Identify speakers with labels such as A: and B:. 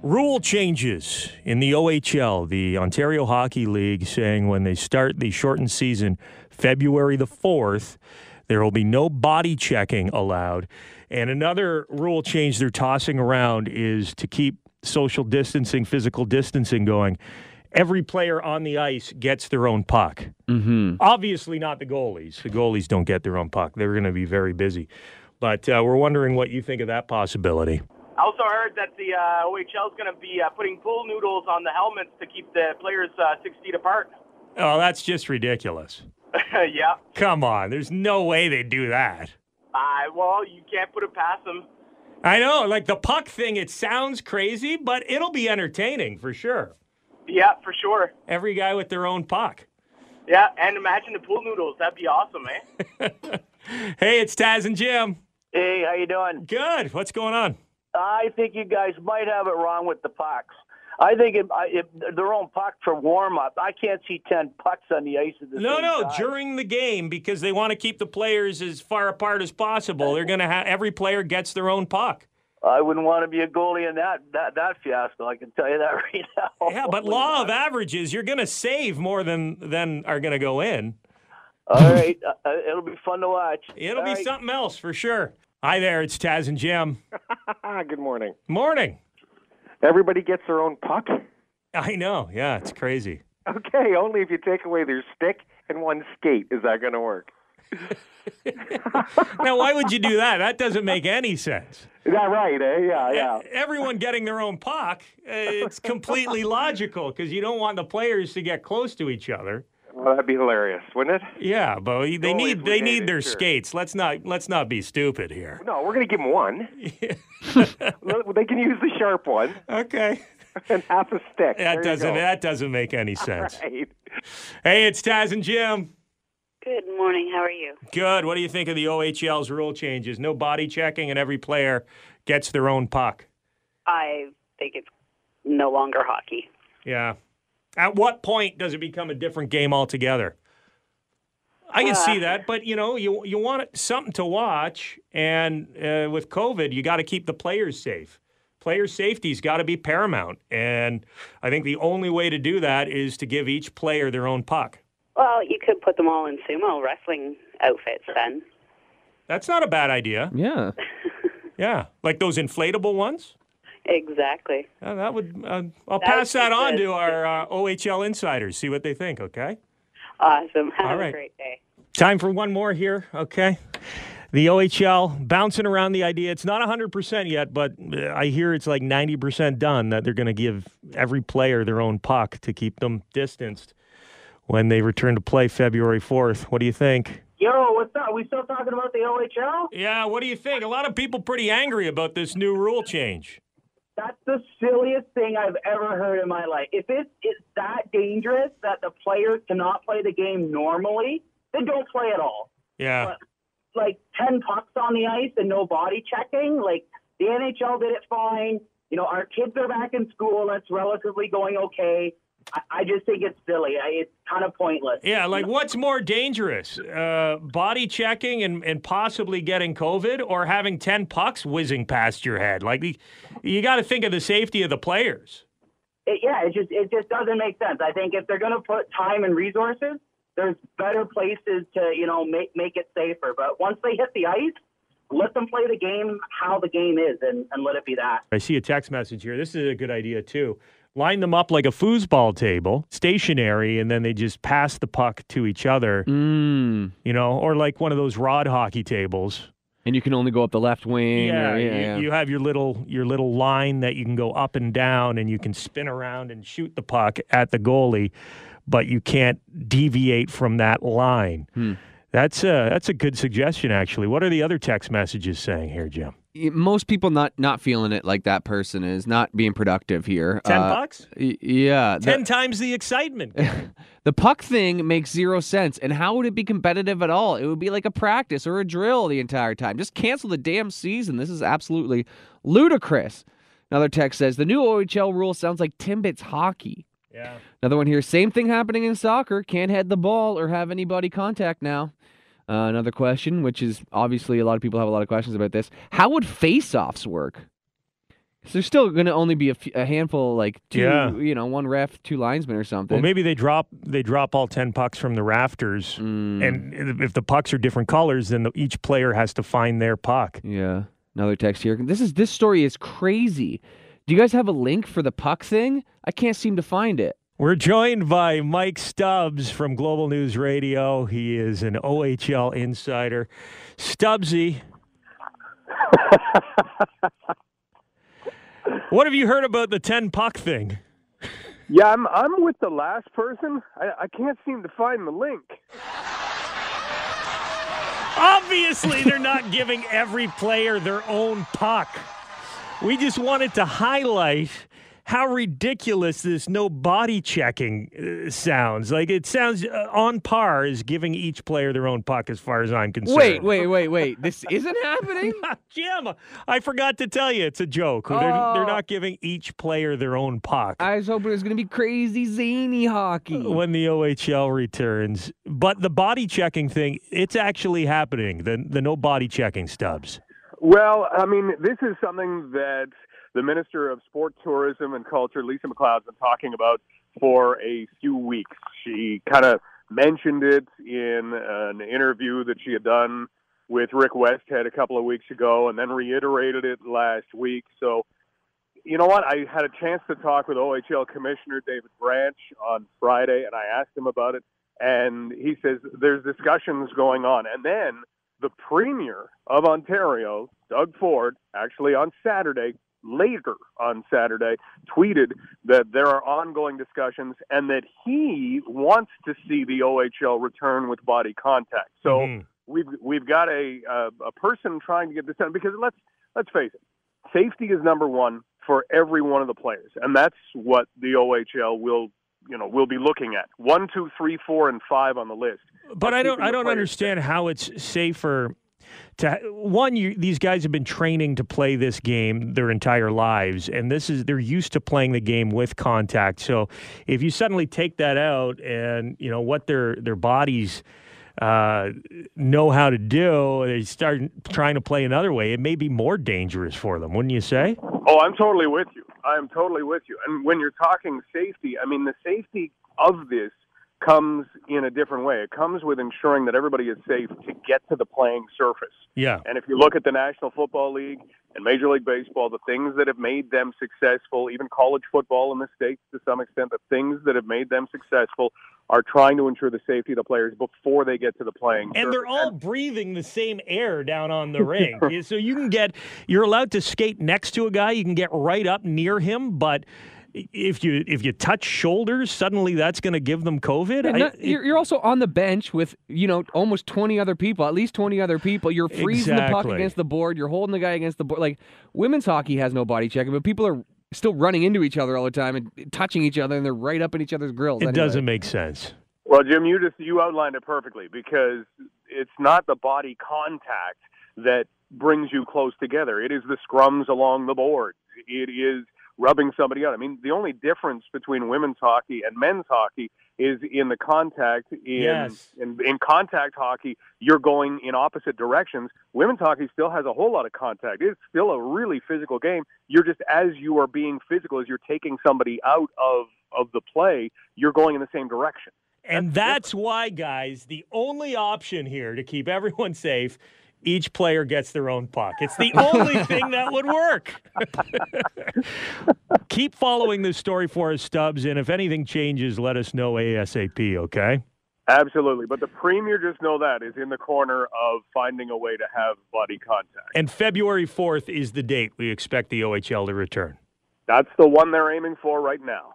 A: Rule changes in the OHL, the Ontario Hockey League, saying when they start the shortened season February the 4th, there will be no body checking allowed. And another rule change they're tossing around is to keep social distancing, physical distancing going. Every player on the ice gets their own puck. Mm-hmm. Obviously, not the goalies. The goalies don't get their own puck. They're going to be very busy. But uh, we're wondering what you think of that possibility.
B: I also heard that the uh, OHL is going to be uh, putting pool noodles on the helmets to keep the players uh, six feet apart.
A: Oh, that's just ridiculous.
B: yeah.
A: Come on. There's no way they do that.
B: Uh, well, you can't put it past them.
A: I know. Like the puck thing, it sounds crazy, but it'll be entertaining for sure.
B: Yeah, for sure.
A: Every guy with their own puck.
B: Yeah, and imagine the pool noodles. That'd be awesome, eh?
A: Hey, it's Taz and Jim.
C: Hey, how you doing?
A: Good. What's going on?
C: I think you guys might have it wrong with the pucks. I think it, I- it, their own puck for warm up. I can't see ten pucks on the ice at the
A: No,
C: same
A: no,
C: time.
A: during the game because they want to keep the players as far apart as possible. They're going to have every player gets their own puck.
C: I wouldn't want to be a goalie in that that that fiasco. I can tell you that right now.
A: Yeah, but law of averages, you're going to save more than than are going to go in.
C: All right, uh, uh, it'll be fun to watch.
A: It'll
C: All
A: be
C: right.
A: something else for sure. Hi there, it's Taz and Jim.
D: Ah, good morning.
A: Morning.
D: Everybody gets their own puck.
A: I know. Yeah, it's crazy.
D: Okay, only if you take away their stick and one skate is that going to work.
A: Now, why would you do that? That doesn't make any sense.
D: Is that right? Eh? Yeah, yeah.
A: Everyone getting their own puck, uh, it's completely logical because you don't want the players to get close to each other.
D: Well, that'd be hilarious, wouldn't it?
A: Yeah, but we- they
D: Goalies
A: need
D: would
A: they
D: hate
A: need
D: it,
A: their
D: sure.
A: skates. Let's not let's not be stupid here.
D: No, we're going to give them one. Well, they can use the sharp one
A: Okay.
D: and half a stick. There
A: That
D: you
A: doesn't
D: go.
A: that doesn't make any sense.
D: Right.
A: Hey, it's Taz and Jim.
E: Good morning. How are you?
A: Good. What do you think of the OHL's rule changes? No body checking and every player gets their own puck.
E: I think it's no longer hockey.
A: Yeah. At what point does it become a different game altogether? I can see that, but you know, you you want it- something to watch, and uh, with COVID, you got to keep the players safe. Player safety's got to be paramount, and I think the only way to do that is to give each player their own puck.
E: Well, you could put them all in sumo wrestling outfits then.
A: That's not a bad idea.
F: Yeah.
A: Yeah, like those inflatable ones.
E: Exactly.
A: Uh, that would. Uh, I'll
E: That
A: pass
E: would be
A: that on
E: good.
A: to our uh, OHL insiders. See what they think. Okay.
E: Awesome. Have
A: All
E: a
A: right.
E: great day.
A: Time for one more here, okay? The OHL bouncing around the idea. It's not 100% yet, but uh, I hear it's like 90% done that they're going to give every player their own puck to keep them distanced when they return to play February 4th. What do you think?
C: Yo, what's up? We still talking about the OHL?
A: Yeah, what do you think? A lot of people pretty angry about this new rule change.
C: That's the silliest thing I've ever heard in my life. If it is that dangerous that the players cannot play the game normally, then don't play at all.
A: Yeah.
C: Like 10 pucks on the ice and no body checking, like the NHL did it fine. You know, our kids are back in school. That's relatively going okay. I, I just think it's silly. I, it's kind of pointless.
A: Yeah, like what's more dangerous? Uh, body checking and, and possibly getting COVID or having 10 pucks whizzing past your head? Like, the, you got to think of the safety of the players.
C: it, yeah, it just it just doesn't make sense. I think if they're going to put time and resources, there's better places to you know make make it safer. But once they hit the ice, let them play the game how the game is, and, and let it be that.
A: I see a text message here. This is a good idea too. Line them up like a foosball table, stationary, and then they just pass the puck to each other,
F: Mm.
A: you know, or like one of those rod hockey tables.
F: And you can only go up the left wing. or-
A: you,
F: yeah, yeah.
A: you have your little your little line that you can go up and down, and you can spin around and shoot the puck at the goalie, but you can't deviate from that line. That's a that's a good suggestion, actually. What are the other text messages saying here, Jim?
F: Y- Most people not not feeling it like that person is not being productive here.
A: Ten
F: Uh,
A: bucks,
F: y- Yeah. the-
A: ten times the excitement.
F: The puck thing makes zero sense. And how would it be competitive at all? It would be like a practice or a drill the entire time. Just cancel the damn season. This is absolutely ludicrous. Another text says the new OHL rule sounds like Timbits hockey.
A: yeah.
F: Another one here same thing happening in soccer. Can't head the ball or have anybody contact now. Uh, another question, which is obviously a lot of people have a lot of questions about this. How would face offs work? there's still going to only be a, few, a handful, like two,
A: Yeah.
F: you know, one ref, two linesmen or something.
A: Well, maybe they drop they drop all ten pucks from the rafters, and if the pucks are different colors, then the, each player has to find their puck.
F: Yeah. Another text here. This is this story is crazy. Do you guys have a link for the puck thing? I can't seem to find it.
A: We're joined by Mike Stubbs from Global News Radio. He is an OHL insider. Stubbsy, what have you heard about the ten puck thing?
D: Yeah, I'm I'm with the last person. I, I can't seem to find the link.
A: Obviously, they're not giving every player their own puck. We just wanted to highlight how ridiculous this no body checking uh, sounds. Like it sounds uh, on par as giving each player their own puck, as far as I'm concerned.
F: Wait, wait, wait, wait. This isn't happening?
A: Jim, I forgot to tell you, it's a joke. They're,
F: Oh.
A: they're not giving each player their own puck
F: I was hoping it was going to be crazy zany hockey.
A: when the OHL returns. But the body checking thing, it's actually happening. The the no body checking stubs.
D: Well, I mean, this is something that the Minister of Sport, Tourism, and Culture, Lisa McLeod's been talking about for a few weeks. She kind of mentioned it in an interview that she had done with Rick Westhead a couple of weeks ago and then reiterated it last week. So, you know what? I had a chance to talk with OHL Commissioner David Branch on Friday, and I asked him about it. And he says there's discussions going on. And then the Premier of Ontario, Doug Ford, actually on Saturday, later on Saturday, tweeted that there are ongoing discussions and that he wants to see the OHL return with body contact. So
A: Mhm.
D: we've we've got a uh, a person trying to get this done because let's let's face it, safety is number one for every one of the players, and that's what the OHL will you know will be looking at one, two, three, four, and five on the list.
A: But
D: Are
A: I don't
D: keeping
A: I
D: the
A: don't
D: players
A: understand how it's safer to one you, these guys have been training to play this game their entire lives and this is they're used to playing the game with contact. So if you suddenly take that out and you know what their their bodies uh, know how to do they start trying to play another way it may be more dangerous for them wouldn't you say
D: Oh, I'm totally with you. I am totally with you. And when you're talking safety, I mean, the safety of this comes in a different way. It comes with ensuring that everybody is safe to get to the playing surface.
A: yeah
D: And if you look at the National Football League and Major League Baseball, the things that have made them successful, even college football in the States to some extent, the things that have made them successful are trying to ensure the safety of the players before they get to the playing
A: and they're
D: surface.
A: all breathing the same air down on the ring. Yeah, so you can get, you're allowed to skate next to a guy. You can get right up near him, but i- if you if you touch shoulders, suddenly that's going to give them COVID.
F: And
A: I-
F: not- you're, you're also on the bench with you know almost 20 other people, at least 20 other people. You're freezing the
A: Exactly.
F: puck against the board. You're holding the guy against the board. Like women's hockey has no body checking, but people are still running into each other all the time and touching each other, and they're right up in each other's grills.
A: it
F: anyway.
A: doesn't make sense.
D: Well, Jim, you just you outlined it perfectly because it's not the body contact that brings you close together. It is the scrums along the board. It is rubbing somebody out. I mean, the only difference between women's hockey and men's hockey is in the contact. In,
A: Yes.
D: in, in contact hockey, you're going in opposite directions. Women's hockey still has a whole lot of contact. It's still a really physical game. You're just as you are being physical as you're taking somebody out of of the play, you're going in the same direction.
A: And that's why, guys, the only option here to keep everyone safe. Each player gets their own puck. It's the only thing that would work. Keep following this story for us, Stubbs. And if anything changes, let us know ASAP, okay?
D: Absolutely. But the premier, just know that, is in the corner of finding a way to have body contact.
A: And February 4th is the date we expect the OHL to return.
D: That's the one they're aiming for right now.